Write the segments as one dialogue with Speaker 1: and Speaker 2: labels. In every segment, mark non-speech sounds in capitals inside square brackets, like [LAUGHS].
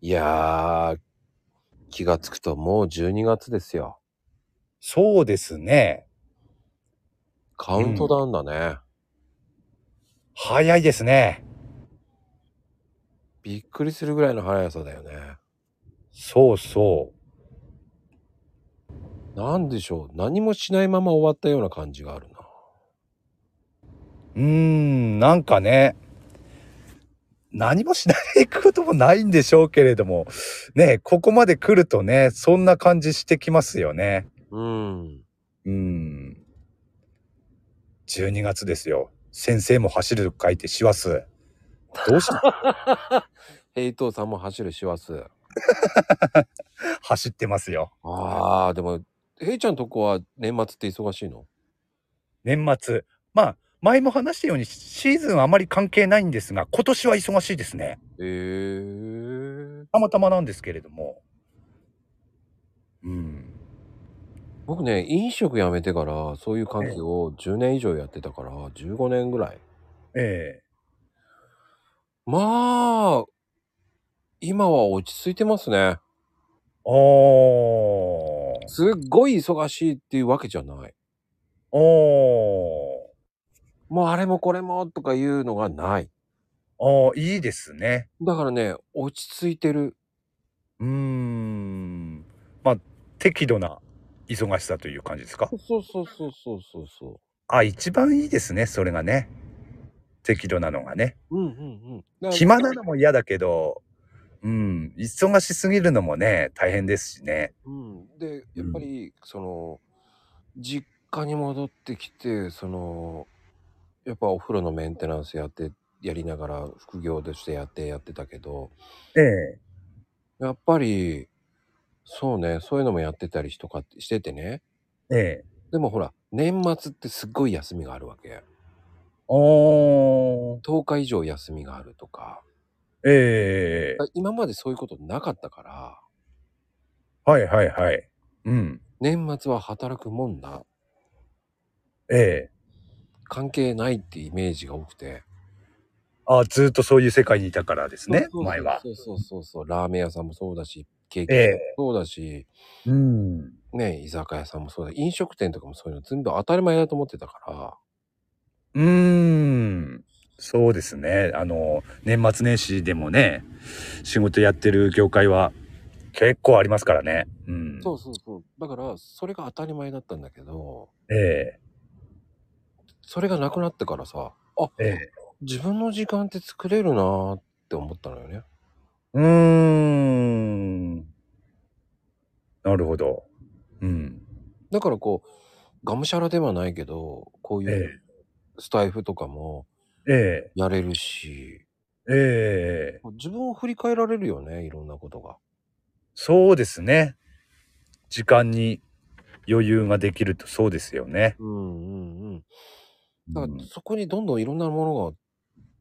Speaker 1: いやー、気がつくともう12月ですよ。
Speaker 2: そうですね。
Speaker 1: カウントダウンだね。
Speaker 2: 早いですね。
Speaker 1: びっくりするぐらいの速さだよね。
Speaker 2: そうそ
Speaker 1: なんでしょう。何もしないまま終わったような感じがあるな。
Speaker 2: う。うーん、なんかね、何もしないこともないんでしょうけれども、ね、ここまで来るとね、そんな感じしてきますよね。
Speaker 1: うん。
Speaker 2: うん。12月ですよ。先生も走ると書いて師走。どうし
Speaker 1: 平等さんも走る師走。
Speaker 2: 走ってますよ。
Speaker 1: あー、でも、ヘイちゃんとこは年末って忙しいの
Speaker 2: 年末。まあ、前も話したようにシーズンあまり関係ないんですが、今年は忙しいですね。
Speaker 1: えー。
Speaker 2: たまたまなんですけれども。うん。
Speaker 1: 僕ね、飲食辞めてから、そういう関係を10年以上やってたから、15年ぐらい。
Speaker 2: ええ
Speaker 1: まあ、今は落ち着いてますね。
Speaker 2: あー。
Speaker 1: すっごい忙しいっていうわけじゃない。
Speaker 2: あー。
Speaker 1: もうあれもこれもとかいうのがない。
Speaker 2: あー、いいですね。
Speaker 1: だからね、落ち着いてる。
Speaker 2: うーん。まあ、適度な忙しさという感じですか。
Speaker 1: そうそうそうそうそうそ
Speaker 2: あ、一番いいですね、それがね。適度なのがね。
Speaker 1: う。うんうんうん。
Speaker 2: 暇なのも嫌だけど、うん。忙しすぎるのもね、大変ですしね。
Speaker 1: うん。で、やっぱり、その、実家に戻ってきて、その、やっぱお風呂のメンテナンスやって、やりながら副業としてやってやってたけど、
Speaker 2: ええ
Speaker 1: やっぱり、そうね、そういうのもやってたりとかってしててね。
Speaker 2: ええ。
Speaker 1: でもほら、年末ってすっごい休みがあるわけ。
Speaker 2: おー。
Speaker 1: 10日以上休みがあるとか。
Speaker 2: ええ
Speaker 1: 今までそういうことなかったから、
Speaker 2: はいはいはい。うん。
Speaker 1: 年末は働くもんだ。
Speaker 2: ええ
Speaker 1: 関係ないってイメージが多くて。
Speaker 2: あずーっとそういう世界にいたからです
Speaker 1: そ
Speaker 2: ね、
Speaker 1: うそうそう
Speaker 2: 前は。
Speaker 1: そうそうそうそう。ラーメン屋さんもそうだし、ケーキ
Speaker 2: え
Speaker 1: 屋さんも
Speaker 2: え
Speaker 1: そうだし、
Speaker 2: うん。
Speaker 1: ね、居酒屋さんもそうだ。飲食店とかもそういうの全部当たり前だと思ってたから。
Speaker 2: うーん。そうですね。あの、年末年始でもね、仕事やってる業界は結構ありますからね。うん。
Speaker 1: そうそうそう。だから、それが当たり前だったんだけど、
Speaker 2: え
Speaker 1: それがなくなってからさ、あ、
Speaker 2: えええ
Speaker 1: 自分の時間って作れるなーって思ったのよね。
Speaker 2: うーん。なるほど。うん。
Speaker 1: だからこう、がむしゃらではないけど、こうい
Speaker 2: え
Speaker 1: うスタイフとかも
Speaker 2: ええ
Speaker 1: やれるし、
Speaker 2: えええ
Speaker 1: 自分を振り返られるよね、いろんなことが。
Speaker 2: そうですね。時間に余裕ができるとそうですよね。
Speaker 1: うんうんうん。だ
Speaker 2: う
Speaker 1: から
Speaker 2: ん
Speaker 1: そこにどんどんいろんなものが、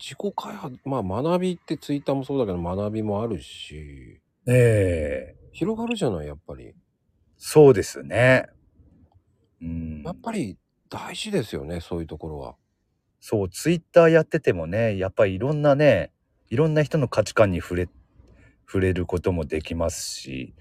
Speaker 1: 自己開発、まあ学びってツイッターもそうだけど学びもあるし、
Speaker 2: ええ
Speaker 1: 広がるじゃない、やっぱり。
Speaker 2: そうですね。うん
Speaker 1: や、っぱり大事ですよね、そういうところは。
Speaker 2: そうツイッターやっててもねやっぱりいろんなねいろんな人の価値観に触れ触れることもできますし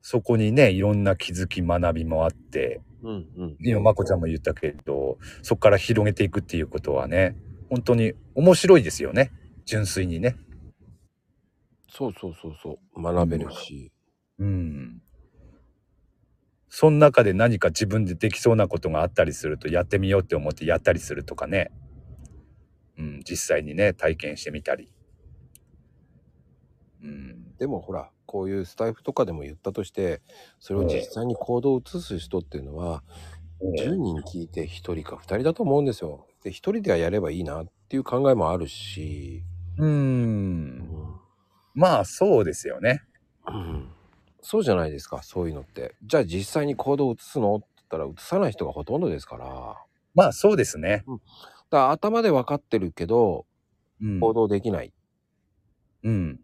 Speaker 2: そこにねいろんな気づき学びもあって
Speaker 1: うんうん。
Speaker 2: 今まこちゃんも言ったけどそこから広げていくっていうことはね本当に面白いですよね純粋にね。
Speaker 1: そうそうそうそう。学べるし。
Speaker 2: うんその中で何か自分でできそうなことがあったりするとやってみようって思ってやったりするとかね、うん、実際にね体験してみたり、うん、
Speaker 1: でもほら、こういうスタイフとかでも言ったとして、それを実際に行動を移す人っていうのは、10人聞いて1人か2人だと思うんですよ。で、1人ではやればいいなっていう考えもあるし、
Speaker 2: うんまあそうですよね
Speaker 1: うんそうじゃないですか、そういうのって。じゃあ実際に行動を移すのって言ったら移さない人がほとんどですから。だか
Speaker 2: まあそうですね、
Speaker 1: ら頭で分かってるけど、
Speaker 2: うん
Speaker 1: 行動できない。
Speaker 2: うん、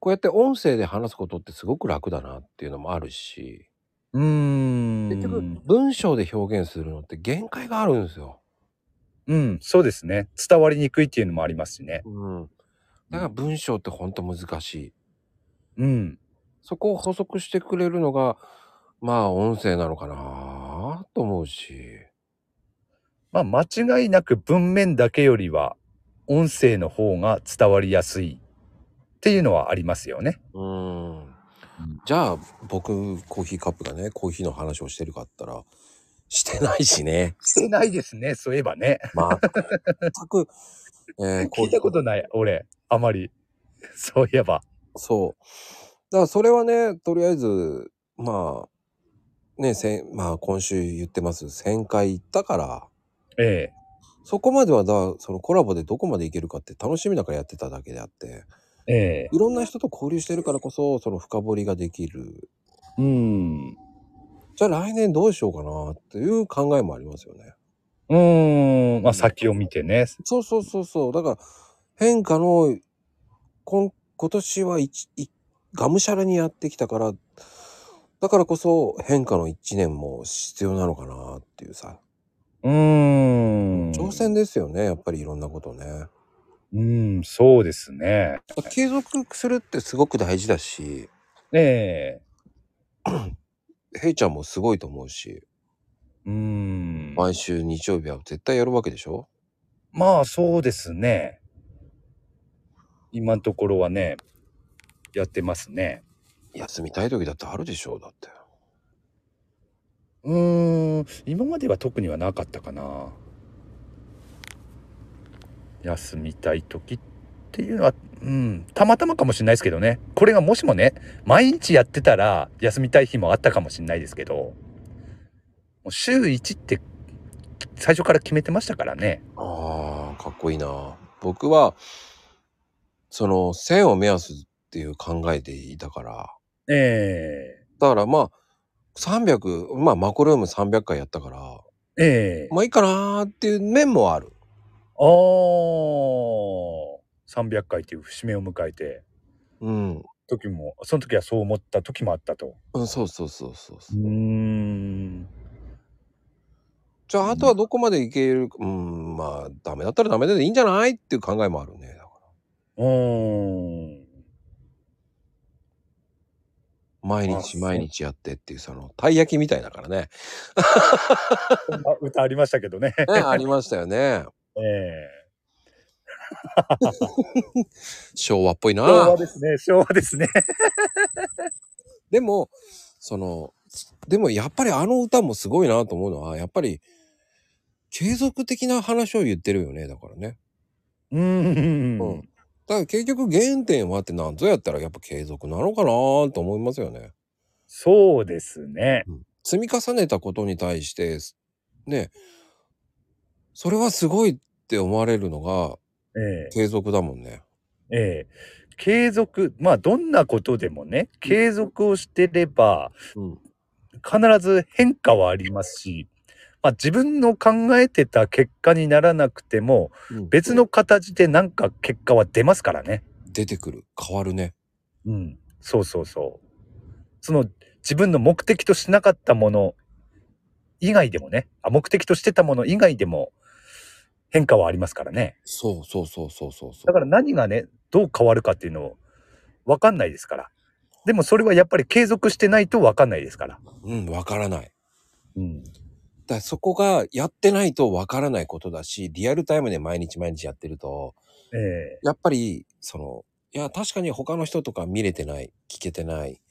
Speaker 1: こうやって音声で話すことってすごく楽だなっていうのもあるし。
Speaker 2: うーん
Speaker 1: 結局文章で表現するのって限界があるんですよ。
Speaker 2: うんそうですね伝わりにくいっていうのもありますしね
Speaker 1: うん、だから文章ってほんと難しい。
Speaker 2: うん。
Speaker 1: そこを補足してくれるのが、まあ音声なのかなと思うし。
Speaker 2: まあ、間違いなく文面だけよりは、音声の方が伝わりやすいっていうのはありますよね。
Speaker 1: うーん。じゃあ僕コーヒーカップがね、コーヒーの話をしてるかって言ったら、してないしね。
Speaker 2: してないですね、そういえばね。
Speaker 1: 全
Speaker 2: [LAUGHS]
Speaker 1: く、えー、コー
Speaker 2: 聞い
Speaker 1: ヒー
Speaker 2: たことない、俺、あまり。そういえば。
Speaker 1: そう。だからそれはね、とりあえず、まあ、ね、せんまあ今週言ってます、1000回行ったから、
Speaker 2: ええ。
Speaker 1: そこまではだ、そのコラボでどこまでいけるかって楽しみだからやってただけであって、
Speaker 2: ええ。
Speaker 1: いろんな人と交流してるからこそ、その深掘りができる。
Speaker 2: うん。
Speaker 1: じゃあ来年どうしようかなっていう考えもありますよね。
Speaker 2: うーん。まあ、先を見てね。
Speaker 1: そうそうそうそう。だから、変化の、こん今年は一一がむしゃらにやってきたから、だからこそ変化の一年も必要なのかなっていうさ、
Speaker 2: うーん。
Speaker 1: 挑戦ですよね、やっぱりいろんなことね。
Speaker 2: うん、そうですね。
Speaker 1: 継続するってすごく大事だし、
Speaker 2: ええ。
Speaker 1: ヘイちゃんもすごいと思うし、
Speaker 2: うーん。
Speaker 1: 毎週日曜日は絶対やるわけでしょ
Speaker 2: まあそうですね。今のところはね、やってますね。
Speaker 1: 休みたい時だってあるでしょだって。
Speaker 2: うーん、今までは特にはなかったかな。休みたい時っていうのは、うん、たまたまかもしれないですけどね。これがもしもね、毎日やってたら休みたい日もあったかもしれないですけど、もう週1って最初から決めてましたからね。
Speaker 1: ああ、かっこいいな。僕は、その、線を目安っていう考えでいたから、
Speaker 2: え
Speaker 1: だからまあ、300、まあ、マコルーム300回やったから、
Speaker 2: えええ
Speaker 1: まあいいかなーっていう面もある。
Speaker 2: あー300回という節目を迎えて
Speaker 1: うん。
Speaker 2: 時もその時はそう思った時もあったと
Speaker 1: うん、そうそうそうそうそう。
Speaker 2: ん
Speaker 1: じゃあ、あとはどこまでいけるか、うん、まあ、ダメだったらダメでいいんじゃないっていう考えもあるね。だから
Speaker 2: うーん
Speaker 1: 毎
Speaker 2: あ
Speaker 1: 日
Speaker 2: そう
Speaker 1: 毎日やってっていう、その、たい焼きみたいだからね。
Speaker 2: そんな歌ありましたけどね [LAUGHS]
Speaker 1: ね、ありましたよね。
Speaker 2: ええ
Speaker 1: 昭和っぽいな。
Speaker 2: 昭和ですね昭和ですね
Speaker 1: でもそのでもやっぱりあの歌もすごいなと思うのはやっぱり継続的な話を言ってるよねだからね。
Speaker 2: うー
Speaker 1: うん
Speaker 2: ん
Speaker 1: だから結局原点はってなんぞやったらやっぱ継続なのかなと思いますよね。
Speaker 2: そうですね
Speaker 1: 積み重ねたことに対してねそれはすごいって思われるのが
Speaker 2: ええ
Speaker 1: 継続だもんね。
Speaker 2: ええ継続まあどんなことでもね継続をしてれば、
Speaker 1: うん、
Speaker 2: 必ず変化はありますし、まあ、自分の考えてた結果にならなくても
Speaker 1: うん
Speaker 2: 別の形でなんか結果は出ますからね。
Speaker 1: 出てくる変わるね。
Speaker 2: うん、そうそうそう。その自分の目的としなかったもの以外でもねあ目的としてたもの以外でも変化はありますからね。
Speaker 1: そうそうそうそうそうそう。
Speaker 2: だから何がねどう変わるかっていうのを分かんないですから。でもそれはやっぱり継続してないと分かんないですから。
Speaker 1: うんわからない。
Speaker 2: うん、
Speaker 1: だからそこがやってないとわからないことだし、リアルタイムで毎日毎日やってると、
Speaker 2: ええ
Speaker 1: やっぱり、その、いや、確かに他の人とか見れてない、聞けてない、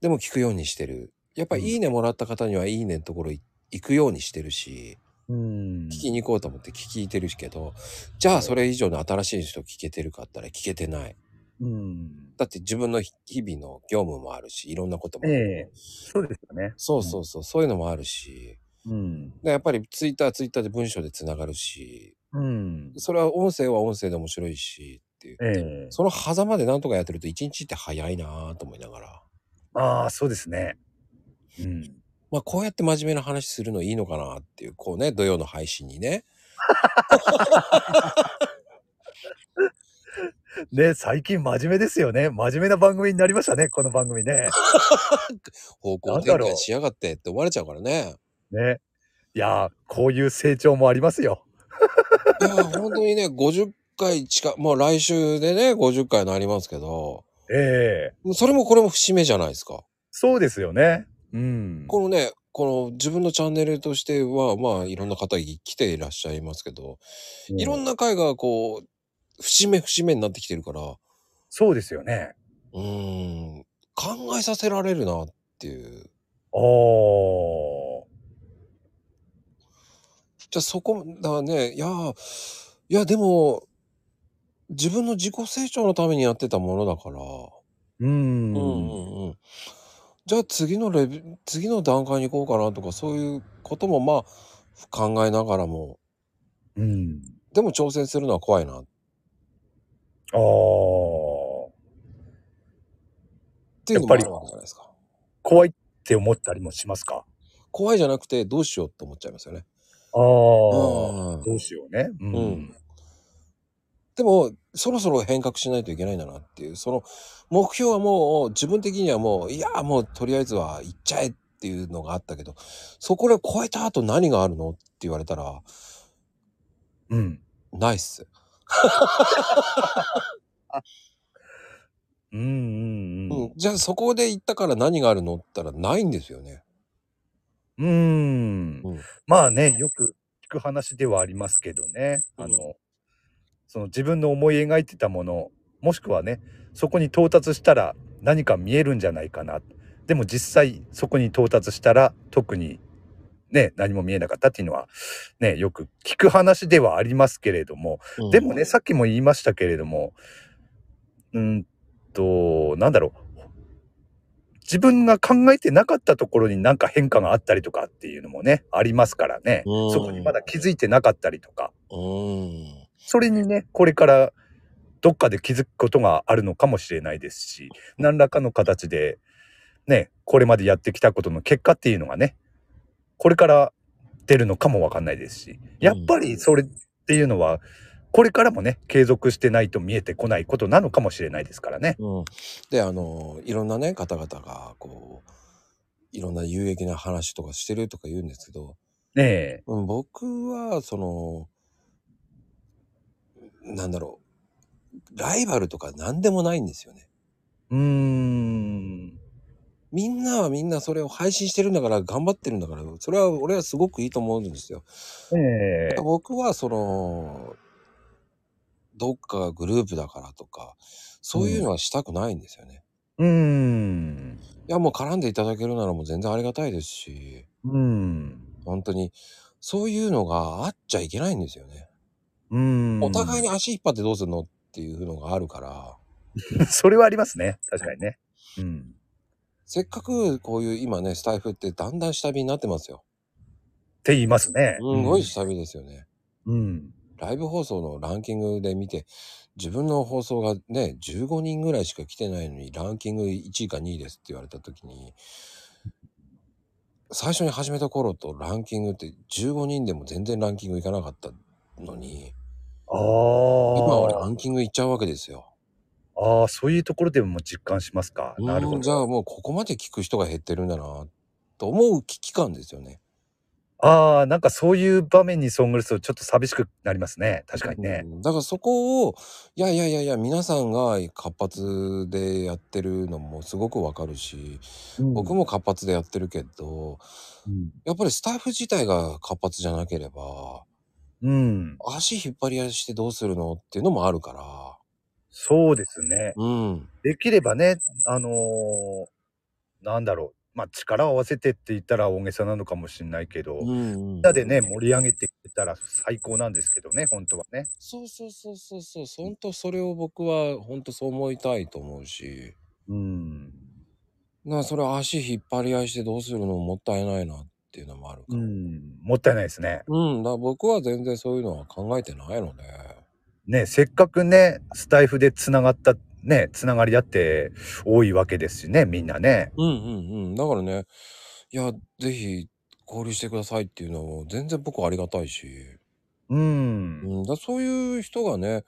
Speaker 1: でも聞くようにしてる。やっぱ
Speaker 2: うん
Speaker 1: いいねもらった方にはいいねのところい行くようにしてるし、
Speaker 2: うん
Speaker 1: 聞きに行こうと思って聞いてるけど、じゃあそれ以上の新しい人聞けてるかったら聞けてない。
Speaker 2: うん
Speaker 1: だって自分の日々の業務もあるし、いろんなこともある。
Speaker 2: ええそうですよね。
Speaker 1: そうそうそう、そういうのもあるし、
Speaker 2: うん。
Speaker 1: でやっぱりツイッターはツイッターで文章でつながるし、
Speaker 2: うん。
Speaker 1: それは音声は音声で面白いしっていう。
Speaker 2: ええ
Speaker 1: その狭間でなんとかやってると一日って早いなぁと思いながら。
Speaker 2: ああ、そうですね。うん。
Speaker 1: まあこうやって真面目な話するのいいのかなっていう、こうね、土曜の配信にね。
Speaker 2: ね、最近真面目ですよね。真面目な番組になりましたね、この番組ね。
Speaker 1: 方向
Speaker 2: な
Speaker 1: 転
Speaker 2: んだろ
Speaker 1: 換
Speaker 2: う
Speaker 1: しやがってって思われちゃうからね。
Speaker 2: ね。いやー、こういう成長もありますよ。
Speaker 1: いや、本当にね、50回近、もう来週でね、50回になりますけど、
Speaker 2: ええ
Speaker 1: それもこれも節目じゃないですか。
Speaker 2: そうですよね。うん。
Speaker 1: このね、この自分のチャンネルとしては、まあ、いろんな方来ていらっしゃいますけど、いろ
Speaker 2: な。
Speaker 1: んな回がこう、節目節目になってきてるから、う
Speaker 2: そうですよね。
Speaker 1: ーん、考えさせられるなっていう。
Speaker 2: あー。
Speaker 1: じゃあそこ、だからね、いやー、いや、でも、自分の自己成長のためにやってたものだから、
Speaker 2: う。
Speaker 1: うんんうんうん。じゃあ次のレベ次の段階に行こうかなとか、そういうこともまあ、考えながらも、
Speaker 2: うん。
Speaker 1: でも挑戦するのは怖いなっ
Speaker 2: あー。
Speaker 1: ていうのもあるわけじゃないですか。
Speaker 2: 怖いって思ったりもしますか
Speaker 1: 怖いじゃなくて、どうしようって思っちゃいますよね。
Speaker 2: あー。
Speaker 1: うん
Speaker 2: どうしようね。う
Speaker 1: うん。でも、そろそろ変革しないといけないんだなっていう、その目標はもう自分的にはもう、いやー、もうとりあえずは行っちゃえっていうのがあったけど、そこで超えた後何があるのって言われたら、
Speaker 2: うん。
Speaker 1: ないっす。
Speaker 2: うんうん
Speaker 1: う
Speaker 2: うん
Speaker 1: ん。じゃあそこで行ったから何があるのって言ったらないんですよね。
Speaker 2: うーん
Speaker 1: うん
Speaker 2: まあね、よく聞く話ではありますけどね。あの、
Speaker 1: う
Speaker 2: その自分の思い描いてたもの、もしくはね、そこに到達したら何か見えるんじゃないかな。でも実際そこに到達したら特にね、何も見えなかったっていうのはね、よく聞く話ではありますけれども、
Speaker 1: うん
Speaker 2: でもね、さっきも言いましたけれども、うーんと、なんだろう。自分が考えてなかったところになんか変化があったりとかっていうのもね、ありますからね。
Speaker 1: うん
Speaker 2: そこにまだ気づいてなかったりとか。
Speaker 1: うん。
Speaker 2: それにね、これからどっかで気づくことがあるのかもしれないですし、何らかの形で、ね、これまでやってきたことの結果っていうのがね、これから出るのかもわかんないですし、やっぱりそれっていうのは、これからもね、継続してないと見えてこないことなのかもしれないですからね。
Speaker 1: うん、であのいろんなね方々がこういろんな有益な話とかしてるとか言うんですけど、
Speaker 2: ねえ。
Speaker 1: うん、僕はそのなんだろうライバルとか何でもないんですよね
Speaker 2: うーん。
Speaker 1: みんなはみんなそれを配信してるんだから頑張ってるんだからそれは俺はすごくいいと思うんですよ
Speaker 2: ええ
Speaker 1: 僕はそのどっかがグループだからとかそういうのはしたくないんですよね、
Speaker 2: うーん。
Speaker 1: いやもう絡んでいただけるならもう全然ありがたいですし
Speaker 2: うーん。
Speaker 1: 本当にそういうのがあっちゃいけないんですよね、
Speaker 2: うーん。
Speaker 1: お互いに足引っ張ってどうするのっていうのがあるから
Speaker 2: に。 [LAUGHS] それはありますね。確かにね。うん。
Speaker 1: せっかくこういう今ねスタイフってだんだん下火になってますよ
Speaker 2: って言いますね。
Speaker 1: すごい下火ですよね、
Speaker 2: うん。
Speaker 1: ライブ放送のランキングで見て自分の放送がね15人ぐらいしか来てないのにランキング1位か2位ですって言われた時に最初に始めた頃とランキングって15人でも全然ランキングいかなかったのに
Speaker 2: ああ。
Speaker 1: 今俺ランキングいっちゃうわけですよ
Speaker 2: ああ、そういうところでも実感しますか。
Speaker 1: うん
Speaker 2: なるほ
Speaker 1: じ
Speaker 2: ど。
Speaker 1: ゃあもうここまで聞く人が減ってるんだなと思う危機感ですよね。
Speaker 2: ああ、なんかそういう場面に遭遇するとちょっと寂しくなりますね。確かにね
Speaker 1: う。んだからそこをいやいやいやいや皆さんが活発でやってるのもすごくわかるし僕
Speaker 2: も、
Speaker 1: も活発でやってるけど
Speaker 2: うん。
Speaker 1: やっぱりスタッフ自体が活発じゃなければ
Speaker 2: うん。
Speaker 1: 足引っ張り合いしてどうするのっていうのもあるから。
Speaker 2: そうですね。
Speaker 1: うん、
Speaker 2: できればね、あのーなんだろう。まあ、力を合わせてって言ったら大げさなのかもしれないけど、
Speaker 1: うんうん
Speaker 2: みんなでね、盛り上げていけたら最高なんですけどね、本当はね。
Speaker 1: そうそうそうそうそう本当それを僕は本当そう思いたいと思うし。
Speaker 2: うん。
Speaker 1: なそれ足引っ張り合いしてどうするのもったいないなっていうのもあるか
Speaker 2: う
Speaker 1: ら。うん、
Speaker 2: ん。もったいないですね。
Speaker 1: だから僕は全然そういうのは考えてないので。
Speaker 2: ね、せっかくね、スタイフでつながった、ね、つながりだって多いわけですしね、みんなね。
Speaker 1: うんうんうん。だからね、いや、ぜひ交流してくださいっていうのも全然僕はありがたいし。
Speaker 2: うん。
Speaker 1: うん、だそういう人がね、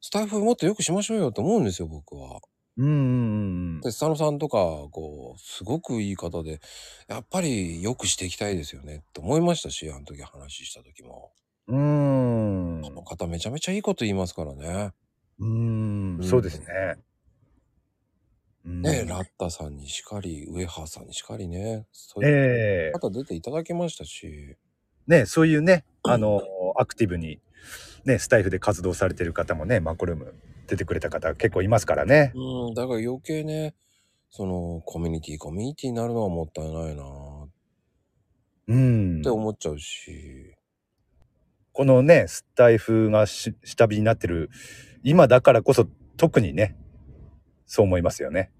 Speaker 1: スタイフもっと良くしましょうよと思うんですよ、僕は。
Speaker 2: うんうんうん
Speaker 1: で、佐野さんとか、こう、すごくいい方で、やっぱり良くしていきたいですよねって思いましたし、あの時話した時も。
Speaker 2: うーん。
Speaker 1: この方めちゃめちゃいいこと言いますからね。
Speaker 2: うーん、そうですね。うん
Speaker 1: ね、ラッタさんにしかり、ウエハーさんにしかりね。そういう
Speaker 2: ええ
Speaker 1: 方出ていただきましたし。
Speaker 2: ね、そういうね、あの、アクティブに、ね、スタイフで活動されてる方もね、マコルーム出てくれた方結構いますからね。
Speaker 1: うん、だから余計ね、そのコミュニティ、コミュニティになるのはもったいないなーっ
Speaker 2: うん
Speaker 1: て。思っちゃうし。
Speaker 2: このね、スタイフがし下火になってる、今だからこそ特にね、そう思いますよね。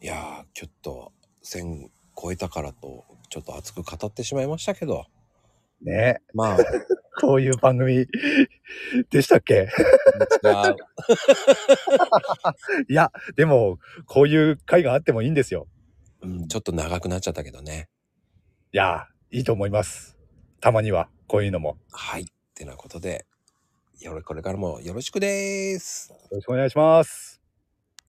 Speaker 1: いやー、ちょっと、1000超えたからと、ちょっと熱く語ってしまいましたけど。
Speaker 2: ね。
Speaker 1: まあ、
Speaker 2: こういう番組 [LAUGHS] でしたっけ
Speaker 1: 違う
Speaker 2: いや、でも、こういう会があってもいいんですよ。
Speaker 1: うんちょっと長くなっちゃったけどね。
Speaker 2: いや、いいと思います。たまには、こういうのも。
Speaker 1: はい。ってなことで、よろこれからもよろしくでーす。
Speaker 2: よろしくお願いします。